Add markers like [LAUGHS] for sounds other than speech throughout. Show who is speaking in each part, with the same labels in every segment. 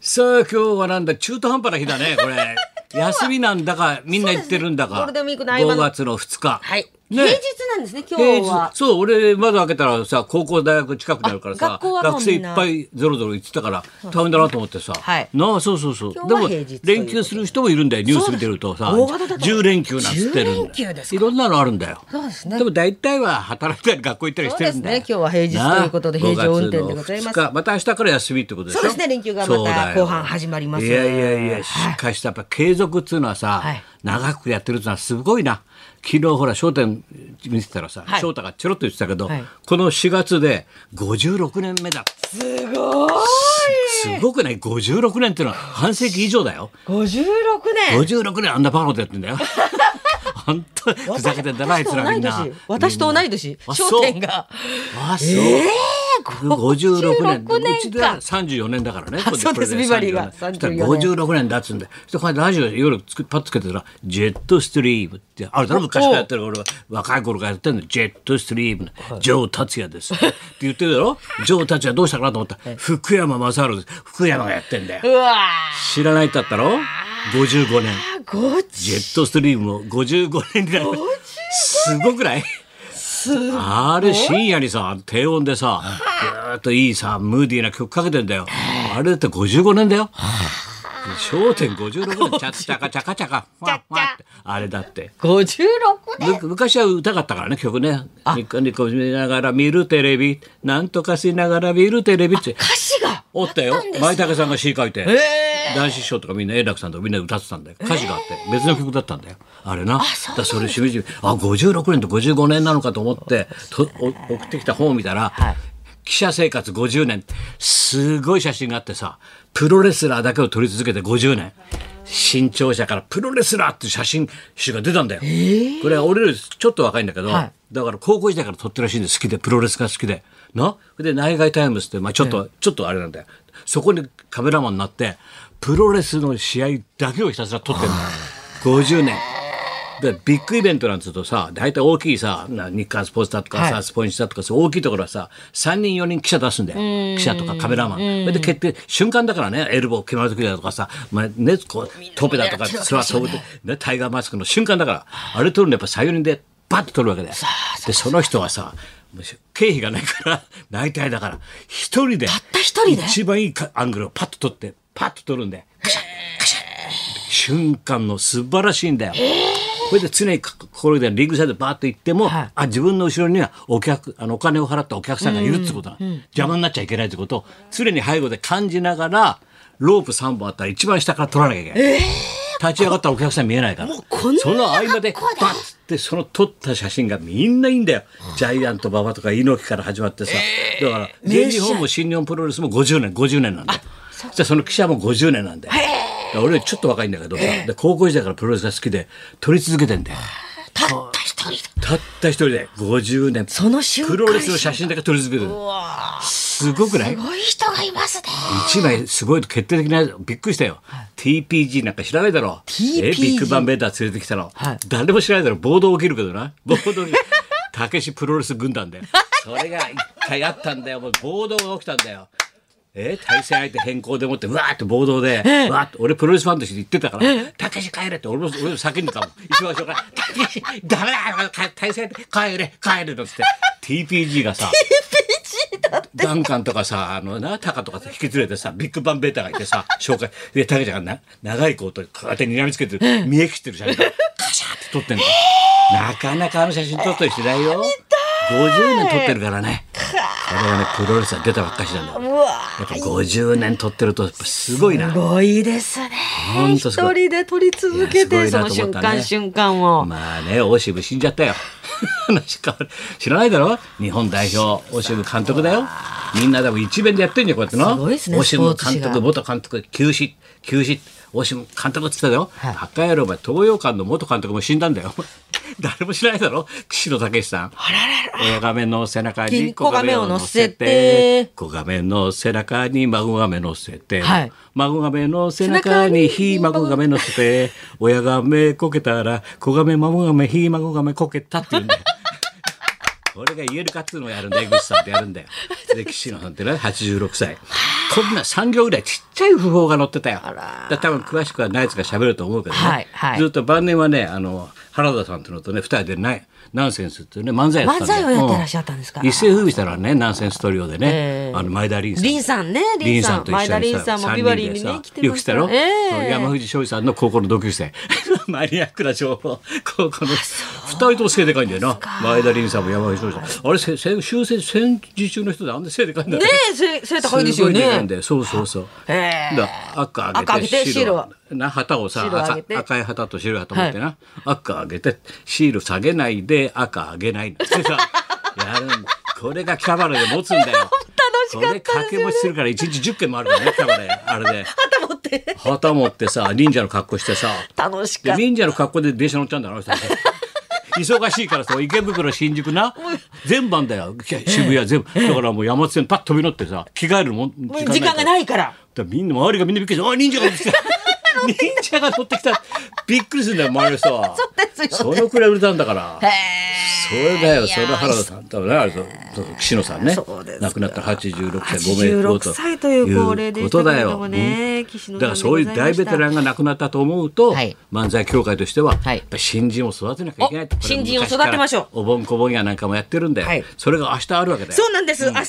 Speaker 1: さあ今日はなんだ中途半端な日だ
Speaker 2: [LAUGHS]
Speaker 1: ねこれ休みなんだかみんな行ってるんだか、
Speaker 2: そうですねゴールデンウィークの合間の
Speaker 1: 5月の2日
Speaker 2: はい。
Speaker 1: ね
Speaker 2: 平日なんですね、今日
Speaker 1: 平
Speaker 2: は
Speaker 1: 日。そう俺窓開けたらさ高校大学近くにあるから
Speaker 2: あ
Speaker 1: さ
Speaker 2: 学校はもう
Speaker 1: 生い
Speaker 2: み
Speaker 1: っ
Speaker 2: んな
Speaker 1: ぱいゾロゾロ行ってたから大変だなと思ってさ、
Speaker 2: はい
Speaker 1: なあそうそうそう
Speaker 2: 今日
Speaker 1: で
Speaker 2: は
Speaker 1: も
Speaker 2: 平日ということで
Speaker 1: 連休する人もいるんだよニュース見てるとさ
Speaker 2: そうなんです大型だと
Speaker 1: 10連休なんつってるんだよ
Speaker 2: 10連休ですか
Speaker 1: いろんなのあるんだよ
Speaker 2: そうですね
Speaker 1: で。も大体は働いたり学校行ったりしてるんだよ
Speaker 2: そうですね今日は平日ということで
Speaker 1: なあ
Speaker 2: 平常運転で
Speaker 1: 5月の
Speaker 2: ございます
Speaker 1: 2日また明日から休みってことでしょ
Speaker 2: そうですね連休がまた
Speaker 1: そうだよ
Speaker 2: 後半始まります
Speaker 1: いやいやいやしかしやっぱ継続っつうのはさ、
Speaker 2: はい
Speaker 1: 長くやってるっつうのはすごいな昨日ほら『笑点』見てたらさ、
Speaker 2: はい
Speaker 1: 翔太がチョロっと言ってたけど、
Speaker 2: はい
Speaker 1: この4月で56年目だ
Speaker 2: すごい
Speaker 1: すごくない56年っていうのは半世紀以上だよ
Speaker 2: !56 年
Speaker 1: 56年あんなバカなことやってん
Speaker 2: [LAUGHS]
Speaker 1: だよ本当ふざけてんだなあいつらみんな
Speaker 2: 私と同い年。
Speaker 1: あ
Speaker 2: 私
Speaker 1: そう
Speaker 2: と同い年。焦点が。
Speaker 1: あそう、56
Speaker 2: 56
Speaker 1: 年うち
Speaker 2: 年
Speaker 1: で
Speaker 2: か。
Speaker 1: 34年だからね
Speaker 2: あそうですビバリーが
Speaker 1: そしたら
Speaker 2: 34年
Speaker 1: 56年だっつうんでそしてこれラジオ夜つくパッつけてたら「ジェットストリーム」ってあれだろ昔からやってる俺は若い頃からやってるの「ジェットストリームの」ジョー達也です」って言ってるだ
Speaker 2: [LAUGHS]
Speaker 1: ろジョー達也どうしたかなと思ったら福山雅治です福山がやってんだ
Speaker 2: う
Speaker 1: よ
Speaker 2: わ
Speaker 1: 知らないってあったろ55年
Speaker 2: ーご
Speaker 1: ジ
Speaker 2: ち
Speaker 1: ェットストリームも55年になるすごくない
Speaker 2: す
Speaker 1: あれ深夜にさ低音でさずーっといいさムーディーな曲かけてんだよあれだって55年だよ『笑点』56年チャ
Speaker 2: [LAUGHS]
Speaker 1: ッチャカチャカチャカ
Speaker 2: チャッチャ
Speaker 1: わわってあれだって。
Speaker 2: 56年
Speaker 1: む昔は歌かったからね曲ね「ニコニコしながら見るテレビなんとかしながら見るテレビ」って
Speaker 2: 歌詞が
Speaker 1: おったよ
Speaker 2: あんです
Speaker 1: 舞武さんが詩書いて
Speaker 2: え
Speaker 1: 男子師匠とかみんな円楽さんとかみんなで歌ってたんだよ歌詞があって別の曲だったんだよあれな
Speaker 2: そ
Speaker 1: だ
Speaker 2: う
Speaker 1: からそれしみじみあ56年と55年なのかと思ってとお送ってきた本を見たら、
Speaker 2: はい
Speaker 1: 記者生活50年すごい写真があってさプロレスラーだけを撮り続けて50年新潮社からプロレスラーっていう写真集が出たんだよ、これは俺よりちょっと若いんだけど、
Speaker 2: はい
Speaker 1: だから高校時代から撮ってるらしいんで好きでプロレスが好きでなで内外タイムズって、まあ、ちょっと、ちょっとあれなんだよそこにカメラマンになってプロレスの試合だけをひたすら撮ってるのよ50年でビッグイベントなんつうとさ大体大きいさな日刊スポーツだとかさ、
Speaker 2: はい
Speaker 1: スポニチだとかそう大きいところはさ3人4人記者出すんだよ記者とかカメラマンそれで決定瞬間だからねエルボー決まる時だとかさ、まあね、こうトペだとか
Speaker 2: みんなやっ
Speaker 1: それ
Speaker 2: てる
Speaker 1: は
Speaker 2: わけです
Speaker 1: そ
Speaker 2: よ
Speaker 1: う
Speaker 2: ね
Speaker 1: ね、タイガーマスクの瞬間だからあれ撮るのやっぱ34人でバッと撮るわけだよでその人はさもう経費がないから [LAUGHS] 内体だから一人でたった
Speaker 2: 一人で
Speaker 1: 一番いいかアングルをパッと撮ってパッと撮るんでカシャカシャ瞬間の素晴らしいんだよ。これで常に心でリングサイドバーッと行っても、
Speaker 2: はい
Speaker 1: あ自分の後ろにはお客あのお金を払ったお客さんがいるってことなの邪魔になっちゃいけないってことを常に背後で感じながらロープ3本あったら一番下から取らなきゃいけない。立ち上がったらお客さん見えないから
Speaker 2: うこんな
Speaker 1: その合間でバ
Speaker 2: 格好で
Speaker 1: ッってその撮った写真がみんないいんだよジャイアント馬場とか猪木から始まってさ、だから全日本も新日本プロレスも50年50年なんだよそしてその記者も50年なんだよだから俺よりちょっと若いんだけどさ、で高校時代からプロレスが好きで撮り続けてんだよ
Speaker 2: たった一人だ。
Speaker 1: たった一人で50年
Speaker 2: その瞬間
Speaker 1: プロレスの写真だけ撮り続けてるすごくない
Speaker 2: すごい人がいますね。
Speaker 1: 一枚すごい決定的なびっくりしたよ、TPG なんか知らないだろ
Speaker 2: TPG
Speaker 1: えビッグバンベーター連れてきたの、
Speaker 2: はい
Speaker 1: 誰も知らないだろ暴動起きるけどな [LAUGHS] 暴動にたけしプロレス軍団 [LAUGHS] でそれが一回あったんだよもう暴動が起きたんだよえ対戦相手変更でもってうわーって暴動で、わーって俺プロレスファンとして言ってたから「たけし帰れ」って俺も俺も叫んでたもん一番後ろから「たけしダメだか対戦相手帰れ帰れ」なんつって TPG がさダンカンとかさ、 [LAUGHS] あのな、タカとかさ引き連れてさ、ビッグバンベーターがいてさ、紹介。で、タケちゃんがな、長いコート、片手に睨みつけてる、見え切ってる写真が、カシャって撮って [LAUGHS] んの。なかなかあの写真撮ったりしないよ。50年撮ってるからね。これはね、プロレスは出たばっかしなんだよ。
Speaker 2: うわ
Speaker 1: やっぱ50年撮ってると、やっぱすごいな
Speaker 2: す。ごいですね。
Speaker 1: ほんと
Speaker 2: 一
Speaker 1: すごい
Speaker 2: 人で撮り続け
Speaker 1: いや
Speaker 2: て、
Speaker 1: すごいなと思っ
Speaker 2: その瞬
Speaker 1: たね
Speaker 2: 間瞬間を。
Speaker 1: まあね、オシム死んじゃったよ。 [LAUGHS] 話変わる知らないだろ日本代表、オシム監督だよ。みんなでも一面でやってんじゃん、こうやってな。
Speaker 2: すごいですね
Speaker 1: オシム監
Speaker 2: スポーツ
Speaker 1: 督、
Speaker 2: 紙が
Speaker 1: 元監督、休止、休止、オシム監督って言ってたよ。
Speaker 2: はい
Speaker 1: バカ野郎、お前、東洋館の元監督も死んだんだよ。 [LAUGHS] 誰も知らないだろ岸野武さん。親亀の背中に
Speaker 2: 銀行亀を乗せて
Speaker 1: 子亀の背中に孫亀乗せて、
Speaker 2: はい
Speaker 1: 孫亀の背中にひ孫亀乗せて親亀こけたら子亀孫亀ひ孫亀こけたって
Speaker 2: [LAUGHS]
Speaker 1: 言うんだよ。俺が言えるかっつうのをやるんだよ、江口さんってやるんだよ。で、岸野さんってね、86歳。こんな産業ぐらいちっちゃい訃報が載ってたよ。
Speaker 2: あ
Speaker 1: だ
Speaker 2: ら
Speaker 1: から多分詳しくはナイツが喋ると思うけどね。
Speaker 2: はいはい
Speaker 1: ずっと晩年はね、あの、原田さんとのとね、二人でない、ナンセンスっていうね、漫才やってたんだよ
Speaker 2: 漫才をやってらっしゃったんですか
Speaker 1: う一世風靡したのはね、ナンセンストリオでね、
Speaker 2: ええ
Speaker 1: あの、前田リンさん。
Speaker 2: リンさんねリン
Speaker 1: リンさんと一緒に
Speaker 2: 前田リンさんも
Speaker 1: 三人
Speaker 2: ビバリーにね
Speaker 1: でさ
Speaker 2: 来てました
Speaker 1: よく来たろ、
Speaker 2: ええ
Speaker 1: そう山藤翔士さんの高校の同級生。 [LAUGHS] マニアックな情報。高校の。二人とも背でかいんだよな。前田リンさんも山藤翔士さん。あれ、せせ修正、戦時中の人であんな背でかいんだ
Speaker 2: ねえ背背高いですよ
Speaker 1: ごでかい
Speaker 2: ね
Speaker 1: んだよそうそうそう。
Speaker 2: ええ
Speaker 1: だ赤あげて
Speaker 2: 赤上げて
Speaker 1: 白は
Speaker 2: 白
Speaker 1: な旗をさ
Speaker 2: 白上
Speaker 1: 赤
Speaker 2: げて
Speaker 1: 赤い旗と白い旗持ってな、赤あげてシール下げないで赤あげないってさ
Speaker 2: [LAUGHS]
Speaker 1: やるんだこれがキャバレーで持つんだよ楽
Speaker 2: しかったですよね
Speaker 1: 掛け持ちするから一日10件もある
Speaker 2: [LAUGHS]
Speaker 1: からねキャバレーあれで
Speaker 2: 旗持って
Speaker 1: 旗持ってさ忍者の格好してさ
Speaker 2: 楽しか
Speaker 1: で
Speaker 2: った
Speaker 1: 忍者の格好で電車乗っちゃうんだよあの
Speaker 2: [LAUGHS]
Speaker 1: 人たち忙しいからさ池袋新宿な全番だよ渋谷全部だからもう山手線パッと飛び乗ってさ着替えるのも時間ないから
Speaker 2: 時間がないから
Speaker 1: だからみんな周りがみんなびっくりして「あ忍者が乗って
Speaker 2: [LAUGHS]
Speaker 1: きた」忍者が乗ってきたびっくりするんだよ周りの人は
Speaker 2: そうですよね
Speaker 1: そのくらい売れたんだから
Speaker 2: へ
Speaker 1: それだよ
Speaker 2: いや
Speaker 1: そ
Speaker 2: ー
Speaker 1: の原田さん多分ねあれそうそう岸野さんね
Speaker 2: そうですか
Speaker 1: 亡くなった86歳
Speaker 2: 86歳という高齢でしたけれどもね
Speaker 1: いうこと
Speaker 2: 岸
Speaker 1: だよだ
Speaker 2: 野さんでございました
Speaker 1: からそういう大ベテランが亡くなったと思うと、
Speaker 2: はい
Speaker 1: 漫才協会としては、
Speaker 2: はい
Speaker 1: やっぱり新人を育てなきゃいけないって
Speaker 2: お新人を育てましょ
Speaker 1: これ昔から
Speaker 2: う
Speaker 1: お盆こぼんやなんかもやってるんだよ、
Speaker 2: はい
Speaker 1: それが明日あるわけだよ
Speaker 2: そうなんです、明日5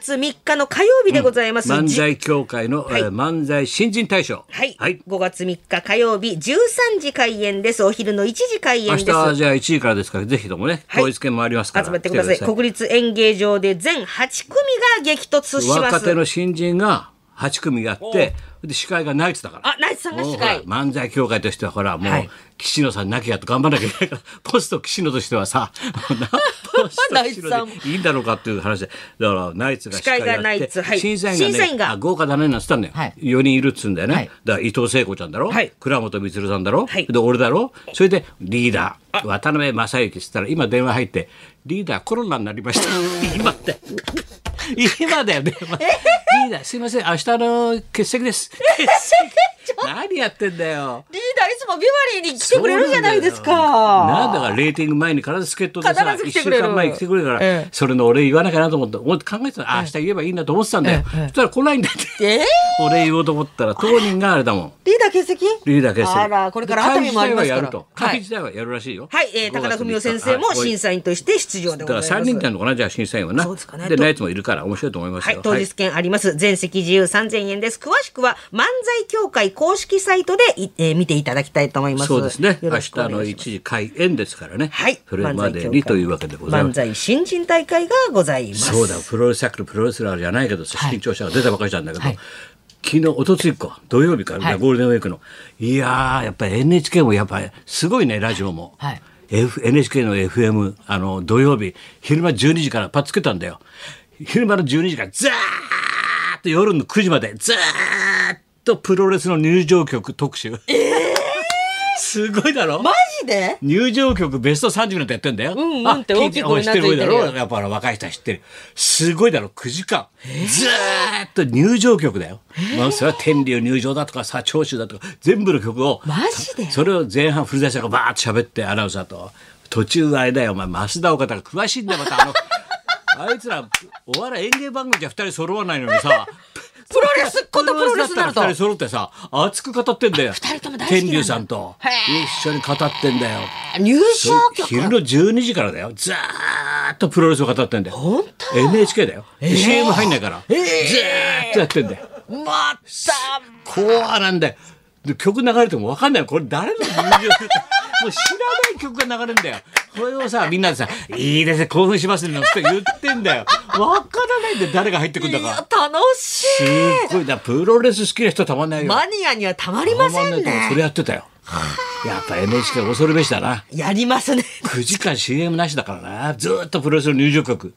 Speaker 2: 月3日の火曜日でございます、
Speaker 1: 漫
Speaker 2: じ
Speaker 1: 才協会の、
Speaker 2: い
Speaker 1: えー漫才新人大賞
Speaker 2: はい、
Speaker 1: はい
Speaker 2: 5月3日火曜日13時開演ですお昼の1時開
Speaker 1: 明
Speaker 2: 演
Speaker 1: 日
Speaker 2: です
Speaker 1: はじゃあ1位からですからぜひともね、
Speaker 2: はい
Speaker 1: 統一券もありますから
Speaker 2: 集まってください
Speaker 1: 来て
Speaker 2: 国立演芸場で全8組が激突します
Speaker 1: 若手の新人が8組やってで司会がナイツだから
Speaker 2: あナイツさんが司会
Speaker 1: もうほら漫才協会としてはほらもう、
Speaker 2: はい
Speaker 1: 岸野さんなきゃと頑張らなきゃいけないから [LAUGHS] ポスト岸野としてはさ [LAUGHS] もうなポス
Speaker 2: [LAUGHS]
Speaker 1: ト岸野でいいんだろうかっていう話でだからナイツが司会
Speaker 2: 司会が
Speaker 1: や
Speaker 2: ナ
Speaker 1: っ
Speaker 2: イツ
Speaker 1: て、
Speaker 2: はい
Speaker 1: 審査員が,、ね、
Speaker 2: 審査員が
Speaker 1: あ豪華だねなんつったんだよ、
Speaker 2: はい
Speaker 1: 4人いるっつうんだよね、
Speaker 2: はい
Speaker 1: だから伊藤聖子ちゃんだろ、
Speaker 2: はい
Speaker 1: 倉本充さんだろ、
Speaker 2: はい
Speaker 1: で俺だろそれでリーダー渡辺正行っつったら今電話入ってリーダーコロナになりました
Speaker 2: [LAUGHS]
Speaker 1: 今って [LAUGHS] 今だよ電話リーダーすいません明日の欠席です欠席 [LAUGHS] 何やってんだよ
Speaker 2: [LAUGHS] リーダーいつもビバリーに来てくれるじゃないですか
Speaker 1: なんだからレーティング前に必ず助っ人でさ
Speaker 2: 必ず
Speaker 1: 1
Speaker 2: 来て
Speaker 1: 週
Speaker 2: くれる
Speaker 1: 間前に来てくれるから、
Speaker 2: ええ
Speaker 1: それの俺言わなきゃなと思って思って考えてたあ明日言えばいいなと思ってたんだよ、そしたら来ないんだって、
Speaker 2: えー
Speaker 1: 俺言おうと思ったら当人があれだもん
Speaker 2: リーダー欠席
Speaker 1: リーダー決成
Speaker 2: あらこれから熱海もありますから
Speaker 1: 会議自体はやると会議自体は
Speaker 2: はい
Speaker 1: やるらしいよ
Speaker 2: はい、えー、
Speaker 1: 5
Speaker 2: 高田
Speaker 1: 月
Speaker 2: 文夫先生も
Speaker 1: はい
Speaker 2: 審査員として出場
Speaker 1: だ
Speaker 2: でご
Speaker 1: か
Speaker 2: ざい
Speaker 1: ら
Speaker 2: ます。
Speaker 1: 3人なのかなじゃあ審査員はな
Speaker 2: そうですかね
Speaker 1: で
Speaker 2: と
Speaker 1: ナイツもいるから面白いと思います
Speaker 2: は
Speaker 1: よ
Speaker 2: い、当日券あります。全席自由3000円です。詳しくは漫才協会公式サイトでい、えー見ていただきたいと思います。
Speaker 1: そうですね明
Speaker 2: よろし
Speaker 1: 日
Speaker 2: くお願い
Speaker 1: の
Speaker 2: し
Speaker 1: 1
Speaker 2: ます
Speaker 1: 時開演ですからね
Speaker 2: はい、
Speaker 1: それまでにというわけでございま
Speaker 2: 漫
Speaker 1: す
Speaker 2: 才新人大会がございます。
Speaker 1: そうだプロレスサックルプロレスラーじゃないけど出身庁舎が出たばかりなんだけど、
Speaker 2: はい
Speaker 1: 昨日おとついか土曜日から、
Speaker 2: はい
Speaker 1: ゴールデンウィークのいやーやっぱり NHK もやっぱりすごいねラジオも、
Speaker 2: はい
Speaker 1: F、NHK の FM あの土曜日昼間12時からパッつけたんだよ昼間の12時からザーッと夜の9時までザーッとプロレスの入場曲特集、 [LAUGHS] すごいだろ
Speaker 2: マジで
Speaker 1: 入場曲ベスト30なんてやってんだよ。
Speaker 2: んうん
Speaker 1: あ
Speaker 2: って大きい声になって
Speaker 1: 聞いてるだろ
Speaker 2: 言ってる
Speaker 1: やっぱほら若い人は知ってる。すごいだろ ?9 時間。ずーっと入場曲だよ。まあそれは天竜入場だとかさ、長州だとか、全部の曲を。
Speaker 2: マジで
Speaker 1: それを前半古田さんがバーッと喋ってアナウンサーと。途中あれだよ、お前、増田岡田が詳しいんだよ、またあの。
Speaker 2: [LAUGHS]
Speaker 1: あいつら、お笑い演芸番組じゃ2人揃わないのにさ。
Speaker 2: プロレスことプロレスにな
Speaker 1: プロレスだっ
Speaker 2: ると
Speaker 1: たら二人揃ってさ、熱く語ってんだよ。
Speaker 2: 二人とも大好きなんだ
Speaker 1: 天竜さんと
Speaker 2: へー。
Speaker 1: 一緒に語ってんだよ。
Speaker 2: 入賞
Speaker 1: 昼
Speaker 2: 曲
Speaker 1: の12時からだよずーっとプロレスを語ってんだよ
Speaker 2: 本
Speaker 1: NHK だよ、CM 入んないから、ずーっとやってんだよ
Speaker 2: 当また
Speaker 1: コアなんだよで曲流れても分かんないよこれ誰の友情もう知らない曲が流れるんだよこれをさみんなでさ「いいですね興奮しますね」なんて言ってんだよ分からないんだよ誰が入ってくんだ
Speaker 2: い
Speaker 1: か
Speaker 2: や楽し
Speaker 1: すっごいだプロレス好きな人たまんない
Speaker 2: い
Speaker 1: よ
Speaker 2: マニアにはたまりませ
Speaker 1: た
Speaker 2: ん
Speaker 1: まないと思うそれ
Speaker 2: ね
Speaker 1: やってたよやっぱ NHK 恐るべしだな
Speaker 2: やりますね
Speaker 1: 9時間 CM なしだからなずーっとプロレスの入場曲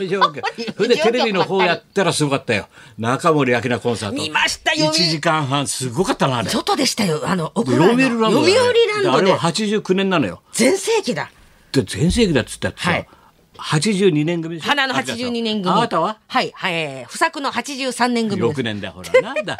Speaker 1: 入
Speaker 2: [LAUGHS]
Speaker 1: 場曲それでテレビの方やったらすごかったよ中森明菜コンサート
Speaker 2: 見ましたよ
Speaker 1: 1時間半すごかったなあれ
Speaker 2: 外でしたよあの屋
Speaker 1: 読
Speaker 2: 外
Speaker 1: 売ラン
Speaker 2: の
Speaker 1: ドだ
Speaker 2: 読
Speaker 1: よ
Speaker 2: 売
Speaker 1: ね
Speaker 2: ランド
Speaker 1: あれ
Speaker 2: で
Speaker 1: は89年なのよ
Speaker 2: 全盛期だ
Speaker 1: で全盛期だっつったってさ、
Speaker 2: はい
Speaker 1: 82年組でしょ
Speaker 2: 花の82年組
Speaker 1: あなたは
Speaker 2: はいはい不作の83年組です [LAUGHS]
Speaker 1: 6年だよほらなんだ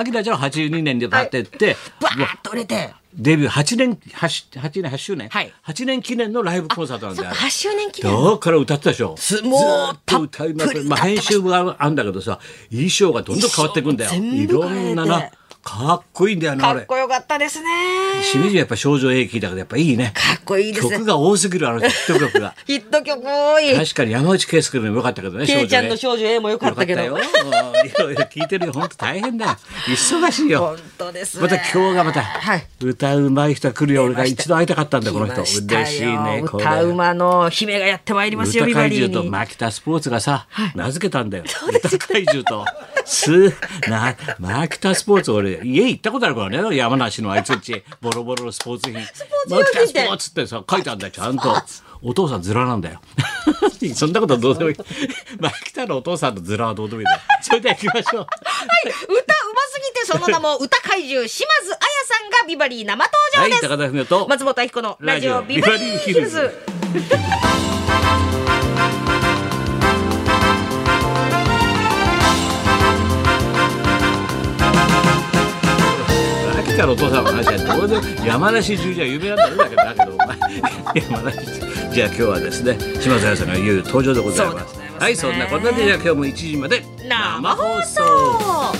Speaker 1: アキラちゃんは82年で立ってって、
Speaker 2: バーッと売れて。
Speaker 1: デビュー8年 8, 8年8周年、
Speaker 2: はい
Speaker 1: 8年記念のライブコンサートなん
Speaker 2: そ
Speaker 1: だ
Speaker 2: っ
Speaker 1: よ
Speaker 2: か、8周年記念。
Speaker 1: だから歌ってたでしょ
Speaker 2: す
Speaker 1: ず
Speaker 2: も
Speaker 1: ー
Speaker 2: う
Speaker 1: っと歌いま
Speaker 2: たっぷ
Speaker 1: く
Speaker 2: り
Speaker 1: る、
Speaker 2: 歌
Speaker 1: ま
Speaker 2: っ
Speaker 1: あ、
Speaker 2: てま
Speaker 1: 編
Speaker 2: した
Speaker 1: 集部があるんだけどさ衣装がどんどん変わっていくんだよ
Speaker 2: 衣装
Speaker 1: い
Speaker 2: 全部
Speaker 1: ろ
Speaker 2: 変えて
Speaker 1: んななかっこいいんだよなあ
Speaker 2: かっ
Speaker 1: れ
Speaker 2: こよかったですね。
Speaker 1: しみじみやっぱ少女 A 聞いたからやっぱいいね
Speaker 2: かっこいいですね
Speaker 1: 曲が多すぎるあのヒット曲
Speaker 2: [LAUGHS]
Speaker 1: が
Speaker 2: ヒット曲多い。
Speaker 1: 確かに山内圭介のもよかったけどね少女 A
Speaker 2: ケイちゃんの少女 A もよかったけど。
Speaker 1: よかったようんいろいろ聞いてるよ本当大変だよ忙しいよ
Speaker 2: 本当ですね。
Speaker 1: また今日がまた
Speaker 2: はい。
Speaker 1: 歌うまい人が来るよ俺が一度会いたかったんだこの
Speaker 2: 来
Speaker 1: 人
Speaker 2: ましたよ
Speaker 1: 嬉しいねこれ
Speaker 2: 歌うまの姫がやってまいりますよ、
Speaker 1: 歌
Speaker 2: ビバ
Speaker 1: 怪
Speaker 2: リー
Speaker 1: 獣と
Speaker 2: に。
Speaker 1: 牧田スポーツがさ、名付けたんだよ。歌怪獣と。す、な、牧田スポーツ、俺、家行ったことあるからね、山梨のあいつんち、ボロボロのスポーツ品。
Speaker 2: ポーツ用品
Speaker 1: 牧田スポーツってさ、書いてあるんだよ、ちゃんと。お父さんズラなんだよ。 [LAUGHS] そんなことはどうでもいい。牧田のお父さんとズラはどうでもいいんだよ。それでは行きましょう。
Speaker 2: 歌うますぎてその名も歌怪獣島津彩さんがビバリー生
Speaker 1: は
Speaker 2: 登
Speaker 1: い、
Speaker 2: 場で
Speaker 1: 高
Speaker 2: す、
Speaker 1: 田文夫と。
Speaker 2: 松本明子のラジオビバリーヒルズ
Speaker 1: 秋田のお父さんの話はどうでも山梨中じゃ有名なんだよだけどだけどお前山梨中じゃあ今日はですね島津亜矢さんが言う登場でございます
Speaker 2: そうでございますね
Speaker 1: はいそんなこんなでじゃあ今日も1時まで
Speaker 2: 生放送